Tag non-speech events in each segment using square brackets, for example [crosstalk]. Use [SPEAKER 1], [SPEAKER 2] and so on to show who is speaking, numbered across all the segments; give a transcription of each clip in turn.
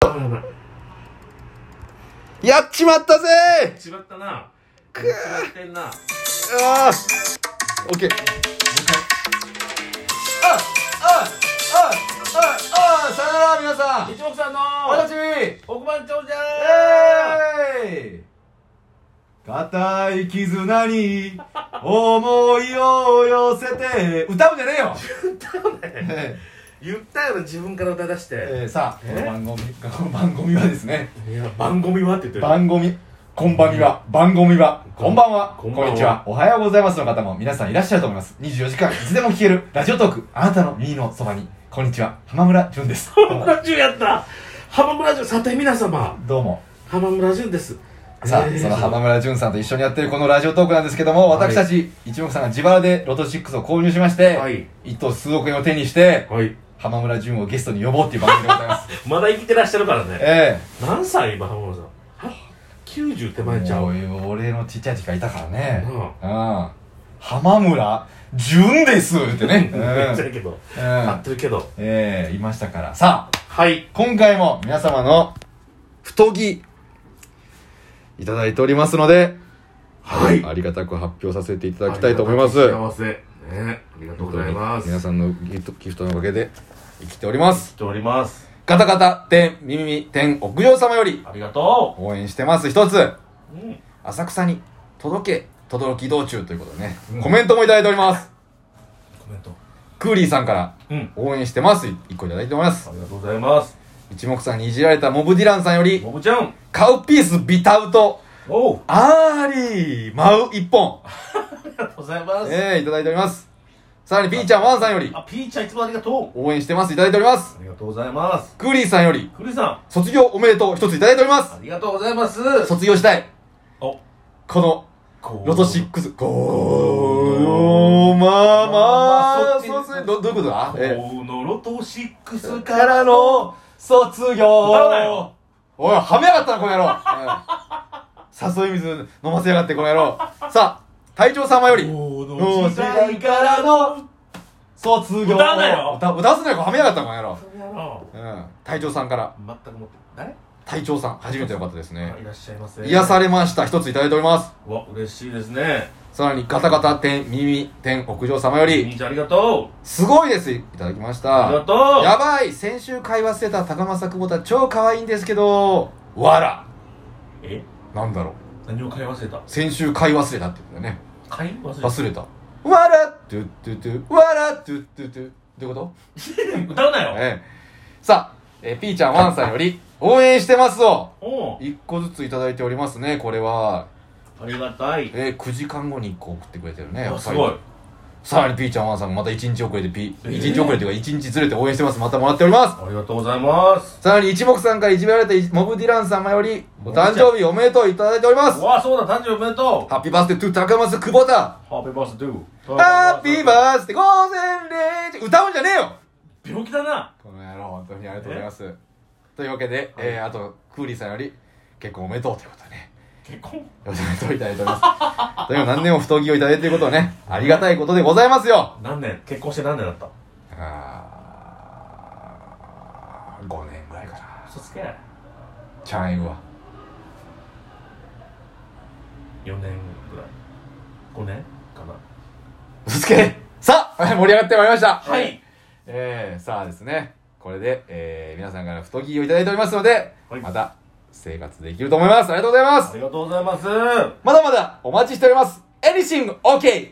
[SPEAKER 1] まだない
[SPEAKER 2] やっちまったぜ
[SPEAKER 1] 違ったな違ってんなもう
[SPEAKER 2] ああオッケ
[SPEAKER 1] 一
[SPEAKER 2] ー
[SPEAKER 1] 回
[SPEAKER 2] ああああああさよなら皆さん
[SPEAKER 1] 一目さんの
[SPEAKER 2] お楽しみ
[SPEAKER 1] 億万長者
[SPEAKER 2] えー固い絆に思いを寄せて歌うんじゃね [laughs] えよえ
[SPEAKER 1] 言ったよな自分から歌い出して、
[SPEAKER 2] ーえーさあこ
[SPEAKER 1] え
[SPEAKER 2] の番組この番組はですね
[SPEAKER 1] いや番組はって言ってる
[SPEAKER 2] [laughs] 番組こんばんみは番組はこんばんは
[SPEAKER 1] こ
[SPEAKER 2] こ
[SPEAKER 1] ん
[SPEAKER 2] ん
[SPEAKER 1] ばんは
[SPEAKER 2] にちはおはようございますの方も皆さんいらっしゃると思います24時間いつでも聞けるラジオトークあなたの耳のそばにこんにちは浜村
[SPEAKER 1] [laughs]
[SPEAKER 2] 淳です
[SPEAKER 1] 浜村淳やった浜村淳さて皆様
[SPEAKER 2] どうも
[SPEAKER 1] 浜村淳です
[SPEAKER 2] さあ、
[SPEAKER 1] えー
[SPEAKER 2] その浜村淳さんと一緒にやってるこのラジオトークなんですけども、
[SPEAKER 1] はい
[SPEAKER 2] 私たち、一目さんが自腹でロト6を購入しまして、
[SPEAKER 1] はい
[SPEAKER 2] 一等数億円を手にして、
[SPEAKER 1] はい
[SPEAKER 2] 浜村淳をゲストに呼ぼうっていう番組でございます。
[SPEAKER 1] まだ生きてらっしゃるからね
[SPEAKER 2] え
[SPEAKER 1] 何歳今浜村さんは90手
[SPEAKER 2] え
[SPEAKER 1] 前ちゃう
[SPEAKER 2] もう俺のちっちゃい時からいたからね。
[SPEAKER 1] う
[SPEAKER 2] うん。浜村淳ですっ
[SPEAKER 1] [laughs]
[SPEAKER 2] てね。うん。
[SPEAKER 1] めっちゃ
[SPEAKER 2] う
[SPEAKER 1] いいけど合っ
[SPEAKER 2] ん
[SPEAKER 1] てるけど
[SPEAKER 2] ええいましたから。さあ、
[SPEAKER 1] はい
[SPEAKER 2] 今回も皆様の太着、いただいておりますので、
[SPEAKER 1] はい
[SPEAKER 2] ありがたく発表させていただきたいと思います。
[SPEAKER 1] 幸せねありがとうございます
[SPEAKER 2] 皆さんのギフトギフトのおかげで生きております
[SPEAKER 1] しております
[SPEAKER 2] ガタガタ天耳天屋上様より
[SPEAKER 1] ありがと
[SPEAKER 2] 応援してます一つ
[SPEAKER 1] う、うん、
[SPEAKER 2] 浅草に届け届き道中ということでね、
[SPEAKER 1] うん
[SPEAKER 2] コメントもいただいております
[SPEAKER 1] コメント
[SPEAKER 2] クーリーさんから
[SPEAKER 1] うん
[SPEAKER 2] 応援してます一個いただいております
[SPEAKER 1] ありがとうございます
[SPEAKER 2] 一目散にいじられたモブディランさんより
[SPEAKER 1] もぶちゃん
[SPEAKER 2] カウピースビタウト
[SPEAKER 1] おう
[SPEAKER 2] アーリー舞う一本
[SPEAKER 1] ありがとうございます
[SPEAKER 2] ええいただいておりますさらにピーちゃんワンさんより
[SPEAKER 1] あピーちゃんいつもありがと
[SPEAKER 2] 応援してますいただいております
[SPEAKER 1] うありがとうございます
[SPEAKER 2] クーリーさんより
[SPEAKER 1] クリさん
[SPEAKER 2] 卒業おめでとう一ついただいております
[SPEAKER 1] ありがとうございます
[SPEAKER 2] 卒業したい
[SPEAKER 1] お
[SPEAKER 2] この
[SPEAKER 1] こ
[SPEAKER 2] ロト6ゴーまあま
[SPEAKER 1] まあま
[SPEAKER 2] あ
[SPEAKER 1] あ
[SPEAKER 2] そうです
[SPEAKER 1] そっ
[SPEAKER 2] ね
[SPEAKER 1] ち
[SPEAKER 2] どどういうことだえ
[SPEAKER 1] このロト6
[SPEAKER 2] か
[SPEAKER 1] から
[SPEAKER 2] らの卒業
[SPEAKER 1] 歌うなよ
[SPEAKER 2] おいはめやがったなこの野郎うん誘い水飲ませやがってこの野郎さあ隊長様より
[SPEAKER 1] この
[SPEAKER 2] の
[SPEAKER 1] 時
[SPEAKER 2] 時
[SPEAKER 1] 代
[SPEAKER 2] 代
[SPEAKER 1] か
[SPEAKER 2] からら
[SPEAKER 1] の
[SPEAKER 2] の卒
[SPEAKER 1] 歌
[SPEAKER 2] 業
[SPEAKER 1] うなよ
[SPEAKER 2] 歌歌わすなよはめやがったこの野郎うん隊長さんから
[SPEAKER 1] 全くもって誰
[SPEAKER 2] 隊長さん初めての方ですね
[SPEAKER 1] あいらっしゃいませ
[SPEAKER 2] 癒されました一ついただいております
[SPEAKER 1] うわ嬉しいですね
[SPEAKER 2] さらにガタガタ天耳天屋上様より
[SPEAKER 1] みーちゃんありがとう
[SPEAKER 2] すごいですいただきまし
[SPEAKER 1] ありが
[SPEAKER 2] た
[SPEAKER 1] とう
[SPEAKER 2] やばい先週会話してた高政久保田超可愛いんですけどわら
[SPEAKER 1] え
[SPEAKER 2] なんだろう
[SPEAKER 1] 何を買い忘れた
[SPEAKER 2] 先週買い忘れたって言うんだよね
[SPEAKER 1] 買い忘れた
[SPEAKER 2] 忘れたわらトゥットゥトゥわらトゥットゥトゥってこと
[SPEAKER 1] 歌うなよ
[SPEAKER 2] ええさあ、えー、ピーちゃんワンさんより応援してますを
[SPEAKER 1] おう
[SPEAKER 2] 一個ずついただいておりますねこれは
[SPEAKER 1] ありがたい
[SPEAKER 2] えー、9時間後に一個送ってくれてるねやっぱ
[SPEAKER 1] あ
[SPEAKER 2] り
[SPEAKER 1] すごい
[SPEAKER 2] さらにピーちゃんワンさんがまた1日遅れてピ、
[SPEAKER 1] えー
[SPEAKER 2] 1日遅れというか1日ずれて応援してますまたもらっております
[SPEAKER 1] ありがとうございます
[SPEAKER 2] さらに一目散からいじめられたモブディラン様よりお誕生日おめでとういただいております
[SPEAKER 1] うわそうだ誕生日おめでとう
[SPEAKER 2] ハッピーバースデートゥ高松久保田
[SPEAKER 1] ハッピーバースデー
[SPEAKER 2] ハッピーバースデー午前0時歌うんじゃねえよ
[SPEAKER 1] ー病気だな
[SPEAKER 2] この野郎本当にありがとうございますというわけで、えー、あとクーリーさんより結婚おめでとうということでね
[SPEAKER 1] 結婚
[SPEAKER 2] おめでとういただいております [laughs] という何年も太着をいただいていることをねありがたいことでございますよ
[SPEAKER 1] 何年結婚して何年だった
[SPEAKER 2] あー5年ぐらいかな
[SPEAKER 1] 嘘つけ
[SPEAKER 2] チャンエグは
[SPEAKER 1] 4年ぐらい5年かな
[SPEAKER 2] 嘘つけさあ [laughs] 盛り上がってまいりました
[SPEAKER 1] はい
[SPEAKER 2] えー、さあですねこれで、えー、皆さんから太着をいただいておりますので、
[SPEAKER 1] はい
[SPEAKER 2] また生活できると思いますありがとうございます
[SPEAKER 1] ありがとうございます
[SPEAKER 2] まだまだお待ちしておりますエニシング OK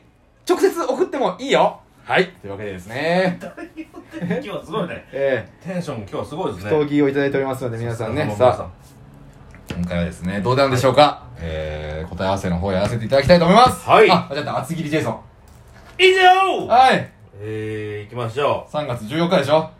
[SPEAKER 2] 直接送ってもいいよはいというわけでです [laughs] ね
[SPEAKER 1] [laughs] 今日はすごいね
[SPEAKER 2] え
[SPEAKER 1] テンション今日はすごいです
[SPEAKER 2] ー、
[SPEAKER 1] ね
[SPEAKER 2] 太着をいただいておりますので皆さんねさあ今回はですねどうなんでしょうか、えー、答え合わせの方やらせていただきたいと思います
[SPEAKER 1] はい
[SPEAKER 2] あじゃあ厚切りジェイソン
[SPEAKER 1] 以上
[SPEAKER 2] はい
[SPEAKER 1] えー、行きましょ
[SPEAKER 2] 3月14日でしょ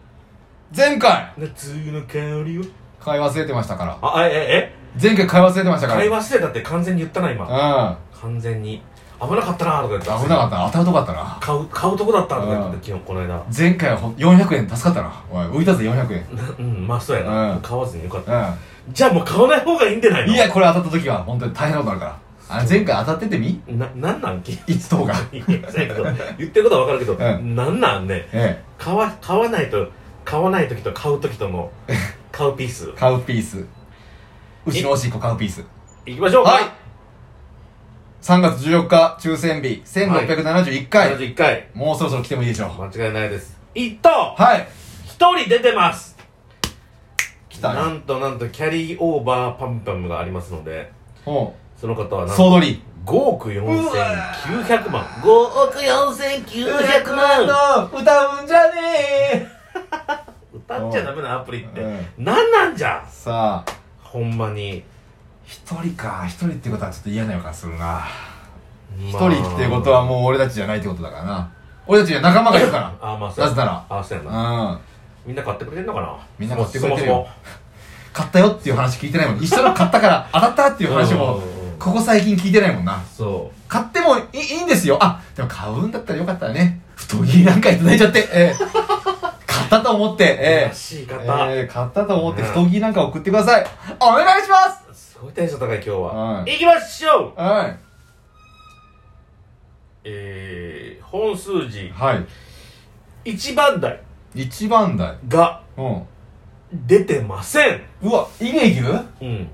[SPEAKER 2] 前回
[SPEAKER 1] う夏の香りを
[SPEAKER 2] 買い忘れてましたから
[SPEAKER 1] ああえええ
[SPEAKER 2] 前回買い忘れてましたから
[SPEAKER 1] 会話してたって完全に言ったな今
[SPEAKER 2] う
[SPEAKER 1] 完全に危なかったなとか言って
[SPEAKER 2] ん危なかったな当たるとこだったな
[SPEAKER 1] 買う買うとこだったとか言ってた昨日この間
[SPEAKER 2] 前回はほん400円助かったなおい浮いたぜ400円
[SPEAKER 1] うんまあそうやな、
[SPEAKER 2] うん
[SPEAKER 1] 買わずによかった
[SPEAKER 2] う
[SPEAKER 1] じゃあもう買わない方がいいんじゃない
[SPEAKER 2] ん
[SPEAKER 1] の
[SPEAKER 2] いやこれ当たった時は本当に大変なことになるからあ前回当たっててみ
[SPEAKER 1] ななんなんきい
[SPEAKER 2] いつと
[SPEAKER 1] や
[SPEAKER 2] が
[SPEAKER 1] そうやけど言ってることは分かるけど、
[SPEAKER 2] う
[SPEAKER 1] なんなんね
[SPEAKER 2] え [laughs]
[SPEAKER 1] 買わ買わないと買わない時と買う時とのカウピース
[SPEAKER 2] カウピース牛のおしっこカウピース
[SPEAKER 1] いきましょうか
[SPEAKER 2] はい3月14日抽選日1671回、
[SPEAKER 1] 71回
[SPEAKER 2] もうそろそろ来てもいいでしょう
[SPEAKER 1] 間違いないです一等
[SPEAKER 2] はい
[SPEAKER 1] 一人出てます
[SPEAKER 2] 来た
[SPEAKER 1] な
[SPEAKER 2] よ
[SPEAKER 1] んとなんとキャリーオーバーパムパムがありますので
[SPEAKER 2] おう
[SPEAKER 1] その方はなんと
[SPEAKER 2] 総取り
[SPEAKER 1] 5億4900万5億4900万
[SPEAKER 2] の歌うんじゃねえ
[SPEAKER 1] 歌っちゃダメなアプリって、
[SPEAKER 2] うん
[SPEAKER 1] なんなんじゃ
[SPEAKER 2] さあ
[SPEAKER 1] ほんまに
[SPEAKER 2] 一人か一人ってことはちょっと嫌な予感するな
[SPEAKER 1] 一
[SPEAKER 2] 一、人ってことはもう俺たちじゃないってことだからな俺たちには仲間がいるか
[SPEAKER 1] あまあそう
[SPEAKER 2] なぜなら
[SPEAKER 1] あそうやな
[SPEAKER 2] らうん
[SPEAKER 1] みんな買ってくれてんのかな
[SPEAKER 2] みんな買ってくれてる
[SPEAKER 1] そ
[SPEAKER 2] よ
[SPEAKER 1] も
[SPEAKER 2] 買ったよっていう話聞いてないもん一緒の買ったから当たったっていう話も
[SPEAKER 1] うん
[SPEAKER 2] ここ最近聞いてないもんな
[SPEAKER 1] そもそう
[SPEAKER 2] 買ってもいいいいんですよあでも買うんだったらよかったらね太着なんかいただいちゃって、ええ買ったと思って、ええ
[SPEAKER 1] らしい方、
[SPEAKER 2] ええ買ったと思って太着なんか送ってくださいお願いします
[SPEAKER 1] すごいテンション高い今日は、
[SPEAKER 2] はい
[SPEAKER 1] 行きましょう
[SPEAKER 2] は
[SPEAKER 1] えー、本数
[SPEAKER 2] い
[SPEAKER 1] 字
[SPEAKER 2] はい
[SPEAKER 1] 1番台
[SPEAKER 2] 一番台
[SPEAKER 1] が
[SPEAKER 2] うん
[SPEAKER 1] 出てません
[SPEAKER 2] うわイゲイギュ
[SPEAKER 1] うん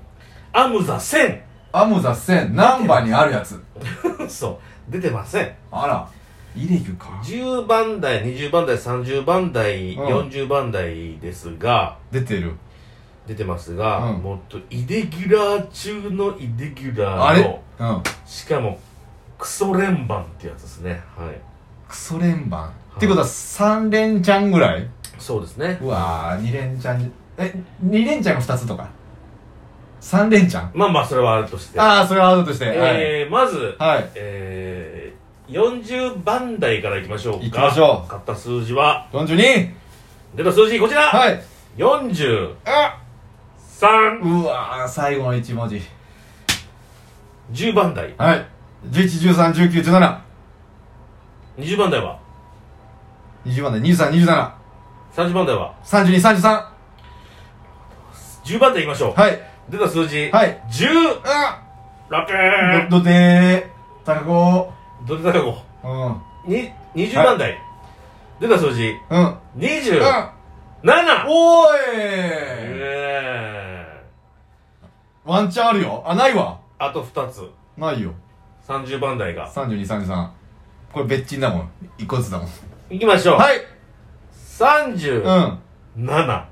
[SPEAKER 1] アムザ1000
[SPEAKER 2] アムザ1000ナンバーにあるやつ
[SPEAKER 1] [laughs] そう出てません
[SPEAKER 2] あらイレギュか
[SPEAKER 1] 10番台20番台30番台、
[SPEAKER 2] うん
[SPEAKER 1] 40番台ですが
[SPEAKER 2] 出てる
[SPEAKER 1] 出てますが、
[SPEAKER 2] うん
[SPEAKER 1] もっとイレギュラー中のイレギュ
[SPEAKER 2] あ
[SPEAKER 1] ラ
[SPEAKER 2] れ
[SPEAKER 1] ー
[SPEAKER 2] う
[SPEAKER 1] の
[SPEAKER 2] ん
[SPEAKER 1] しかもクソ連番ってやつですねはい
[SPEAKER 2] クソ連番ってことは3連チャンぐらい
[SPEAKER 1] そうですね
[SPEAKER 2] うわー2連チャンえ2連チャンが2つとか3連チャン
[SPEAKER 1] まあまあそれはあるとして
[SPEAKER 2] ああそれはアウトとしてはい
[SPEAKER 1] えー、まず、
[SPEAKER 2] はい
[SPEAKER 1] えー、40番台からいきましょうか
[SPEAKER 2] 行きましょう
[SPEAKER 1] 買った数字は
[SPEAKER 2] 42
[SPEAKER 1] 出た数字こちら、
[SPEAKER 2] はい
[SPEAKER 1] 43
[SPEAKER 2] あうわー最後の1文字
[SPEAKER 1] 10番台
[SPEAKER 2] はい1113191720
[SPEAKER 1] 20番台は
[SPEAKER 2] 番で2327
[SPEAKER 1] 30番台は
[SPEAKER 2] 32 33
[SPEAKER 1] 10番台いきましょう、
[SPEAKER 2] はい
[SPEAKER 1] 出た数字、
[SPEAKER 2] はい
[SPEAKER 1] 16
[SPEAKER 2] あどどてーたかこ
[SPEAKER 1] どれだかこ
[SPEAKER 2] うんうん
[SPEAKER 1] うに20番台、出た数字
[SPEAKER 2] うん
[SPEAKER 1] 27
[SPEAKER 2] おーい、
[SPEAKER 1] え
[SPEAKER 2] ワンチャンあるよあないわ
[SPEAKER 1] ー、あと2つ
[SPEAKER 2] ないよ
[SPEAKER 1] 30番台が
[SPEAKER 2] 3233これ別賃だもん一個ずつだもん
[SPEAKER 1] いきましょう、
[SPEAKER 2] はい
[SPEAKER 1] 37、
[SPEAKER 2] うん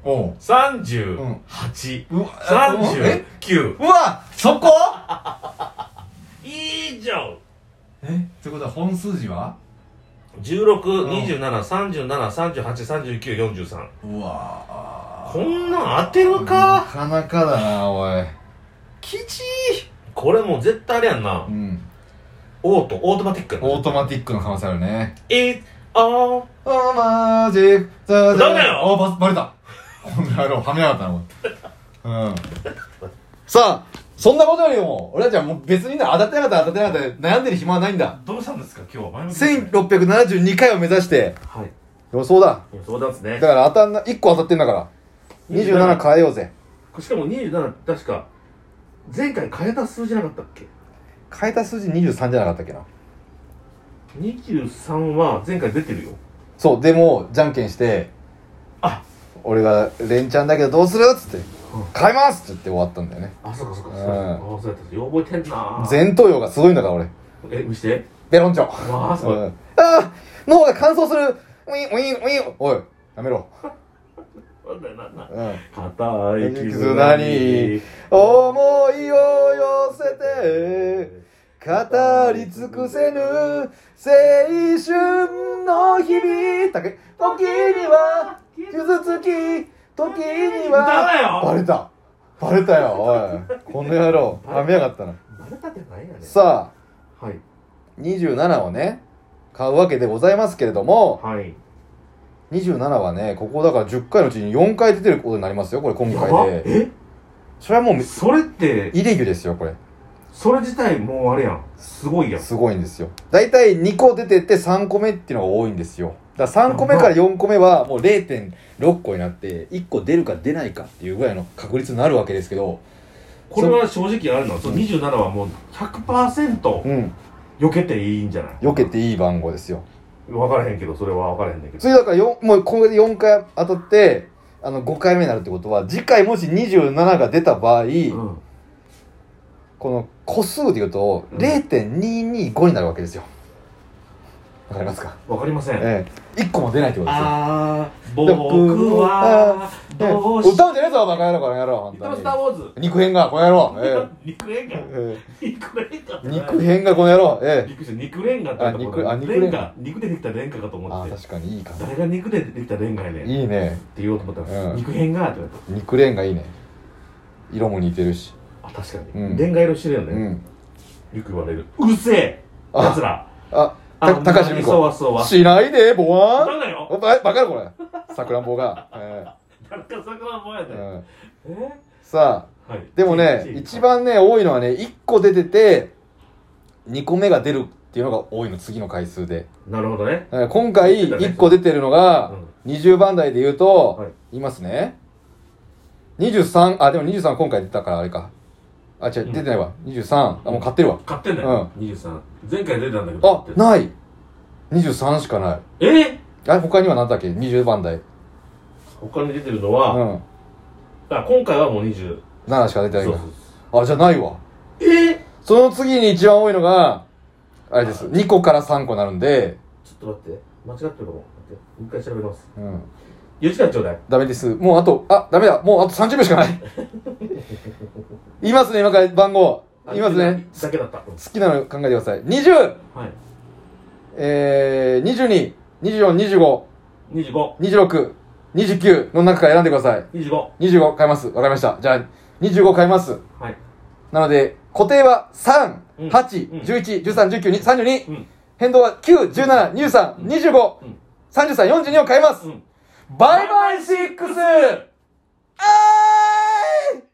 [SPEAKER 2] おう
[SPEAKER 1] 38、
[SPEAKER 2] うわえ
[SPEAKER 1] 39
[SPEAKER 2] うわそこ
[SPEAKER 1] 以上
[SPEAKER 2] えってことは本数字は
[SPEAKER 1] 162737383943
[SPEAKER 2] うわ
[SPEAKER 1] こんなん当てる
[SPEAKER 2] な
[SPEAKER 1] か
[SPEAKER 2] かなかだなおいきち
[SPEAKER 1] これもう絶対あれやんな
[SPEAKER 2] ーうん
[SPEAKER 1] オートオートマティック
[SPEAKER 2] オートマティックの可能性あるね
[SPEAKER 1] えっあ
[SPEAKER 2] おーマージックだ
[SPEAKER 1] ダメだよ
[SPEAKER 2] おババレたこの野郎はめやがったなおいうんさあそんなことよりも俺たちはもう別にな当たってなかったら当たってなかったら悩んでる暇はないんだ
[SPEAKER 1] どうしたんですか今日は前向きですね
[SPEAKER 2] 1672回を目指して
[SPEAKER 1] はい
[SPEAKER 2] 予想だ
[SPEAKER 1] そうなんですね
[SPEAKER 2] だから当たんな1個当たってんだから27変えようぜ
[SPEAKER 1] しかも27確か前回変えた数字なかったっけ
[SPEAKER 2] 変えた数字23じゃなかったっけな
[SPEAKER 1] 23は前回出てるよ
[SPEAKER 2] そうでもじゃんけんして
[SPEAKER 1] あ
[SPEAKER 2] 俺が「連チャンだけどどうする?」っつって「変えます!」って言って終わったんだよね
[SPEAKER 1] あそうかそうか
[SPEAKER 2] うん
[SPEAKER 1] そうかあそうやったよう覚えてんな
[SPEAKER 2] 前頭葉がすごいんだから俺
[SPEAKER 1] え見して
[SPEAKER 2] ベロンチョ
[SPEAKER 1] わあすごい
[SPEAKER 2] うんあー脳が乾燥するウィンウィンウィンおいやめろ、
[SPEAKER 1] なんだよなんだ
[SPEAKER 2] うん、
[SPEAKER 1] 硬い
[SPEAKER 2] 絆に思いを寄せて語り尽くせぬ青春の日々だけ時には傷つき時には
[SPEAKER 1] ダ
[SPEAKER 2] バレたバレ
[SPEAKER 1] [laughs]
[SPEAKER 2] たよおいこの野郎はめやがったな
[SPEAKER 1] バレたじゃないやね
[SPEAKER 2] さあ
[SPEAKER 1] はい
[SPEAKER 2] 27をね買うわけでございますけれども
[SPEAKER 1] はい
[SPEAKER 2] 27はねここだから10回のうちに4回出てることになりますよこれ今
[SPEAKER 1] やば
[SPEAKER 2] 回で
[SPEAKER 1] え
[SPEAKER 2] それはもう
[SPEAKER 1] それって
[SPEAKER 2] イレギュですよこれ
[SPEAKER 1] それ自体もうあれやんすごいやん
[SPEAKER 2] すごいんですよ大体2個出てって3個目っていうのが多いんですよだから3個目から4個目はもう0.6個になって1個出るか出ないかっていうぐらいの確率になるわけですけど
[SPEAKER 1] これは正直あるのその27はもう100%
[SPEAKER 2] うん
[SPEAKER 1] 避けていいんじゃない
[SPEAKER 2] 避けていい番号ですよ
[SPEAKER 1] 分からへんけどそれは分からへんねんけど
[SPEAKER 2] 次だから4もうこれで4回当たってあの5回目になるってことは次回もし27が出た場合、
[SPEAKER 1] うん
[SPEAKER 2] この個数でいうと
[SPEAKER 1] うん
[SPEAKER 2] 0.225になるわけですよわかりますか、
[SPEAKER 1] わかりません、
[SPEAKER 2] ええ1個も出ないってことですよ
[SPEAKER 1] あー僕は
[SPEAKER 2] ええ
[SPEAKER 1] どうし
[SPEAKER 2] 歌うんじゃねえぞバカ野郎この野郎
[SPEAKER 1] 言
[SPEAKER 2] 本
[SPEAKER 1] ってますスタ
[SPEAKER 2] 当
[SPEAKER 1] ー・
[SPEAKER 2] に
[SPEAKER 1] ウォーズ
[SPEAKER 2] 肉片がこの野郎、え
[SPEAKER 1] 肉レンガ [laughs]
[SPEAKER 2] ええ
[SPEAKER 1] 肉レンガっ
[SPEAKER 2] え
[SPEAKER 1] て
[SPEAKER 2] 肉片がこの野郎え
[SPEAKER 1] び
[SPEAKER 2] え
[SPEAKER 1] っくりした肉レンガって言ったことな
[SPEAKER 2] あ
[SPEAKER 1] い
[SPEAKER 2] 肉あ肉レ
[SPEAKER 1] レ
[SPEAKER 2] ン
[SPEAKER 1] ン
[SPEAKER 2] ガ
[SPEAKER 1] ガ肉でできたレンガかと
[SPEAKER 2] あ
[SPEAKER 1] 思っ
[SPEAKER 2] あ
[SPEAKER 1] て
[SPEAKER 2] 確かにいい感
[SPEAKER 1] 誰が肉でできたレンガやねんっ
[SPEAKER 2] じいいね
[SPEAKER 1] て言おうと思ったら
[SPEAKER 2] うん
[SPEAKER 1] 肉片がって言われた
[SPEAKER 2] 肉レンがいいね色も似てるし
[SPEAKER 1] あ確か
[SPEAKER 2] うん
[SPEAKER 1] にレンガ色してるよ
[SPEAKER 2] う
[SPEAKER 1] ね
[SPEAKER 2] ん
[SPEAKER 1] よく言われるうるせえ
[SPEAKER 2] あ
[SPEAKER 1] やつら
[SPEAKER 2] あ
[SPEAKER 1] あ
[SPEAKER 2] た高橋美
[SPEAKER 1] そわ
[SPEAKER 2] 子
[SPEAKER 1] そわ
[SPEAKER 2] しないでボワ
[SPEAKER 1] なん
[SPEAKER 2] ン
[SPEAKER 1] だよ
[SPEAKER 2] おばバカ野郎これさくらんぼが、え
[SPEAKER 1] 誰か桜のや
[SPEAKER 2] え
[SPEAKER 1] で
[SPEAKER 2] うん、
[SPEAKER 1] え
[SPEAKER 2] さあ
[SPEAKER 1] はい
[SPEAKER 2] でもね
[SPEAKER 1] チー、ム
[SPEAKER 2] 一番ね、多いのはね、1個出てて、2個目が出るっていうのが多いの、次の回数で。
[SPEAKER 1] なるほどね
[SPEAKER 2] だから今回、
[SPEAKER 1] 出てたね
[SPEAKER 2] 1個出てるのが、20番台で言うと、
[SPEAKER 1] はい
[SPEAKER 2] い、ますね。23、あ、でも23今回出たからあれか。あ、違
[SPEAKER 1] う
[SPEAKER 2] う、
[SPEAKER 1] ん
[SPEAKER 2] 出てないわ。23、あ、もう買ってるわ。
[SPEAKER 1] 買ってんだよ23前回出てたんだけど
[SPEAKER 2] あ
[SPEAKER 1] 買っ、てる
[SPEAKER 2] ない !23 しかない。
[SPEAKER 1] え
[SPEAKER 2] あれ、他には何だっけ ?20 番台。
[SPEAKER 1] 他に出てるの
[SPEAKER 2] う
[SPEAKER 1] は
[SPEAKER 2] ん。
[SPEAKER 1] あ今回はもう20
[SPEAKER 2] 7しか出て
[SPEAKER 1] そうそ
[SPEAKER 2] ない
[SPEAKER 1] うそ
[SPEAKER 2] か
[SPEAKER 1] う
[SPEAKER 2] ら。あ、じゃあないわ。
[SPEAKER 1] え
[SPEAKER 2] その次に一番多いのが、あれです。2個から3個になるんで、
[SPEAKER 1] ちょっと待って間違ってるかも待ってもう一回調べます
[SPEAKER 2] うん。
[SPEAKER 1] 4時間ちょうだい
[SPEAKER 2] ダメです。もうあと、あ、ダメだ。もうあと30秒しかない。言いますね、今から番号。言いますね。
[SPEAKER 1] だけだった。
[SPEAKER 2] 好きなの考えてください。20、
[SPEAKER 1] はい。
[SPEAKER 2] えー、22、24、
[SPEAKER 1] 二十五、
[SPEAKER 2] 25、26、29の中から選んでください。
[SPEAKER 1] 二十五。
[SPEAKER 2] 25変えます。わかりました。じゃあ、25変えます。
[SPEAKER 1] はい。
[SPEAKER 2] なので、固定は
[SPEAKER 1] うんう
[SPEAKER 2] 3、
[SPEAKER 1] ん
[SPEAKER 2] 8、11、13、19、32
[SPEAKER 1] う。ん。
[SPEAKER 2] 変動は9、17、23、
[SPEAKER 1] う
[SPEAKER 2] 25
[SPEAKER 1] ん、
[SPEAKER 2] 33、42を変えます
[SPEAKER 1] う。ん。
[SPEAKER 2] バイバイ 6! あーい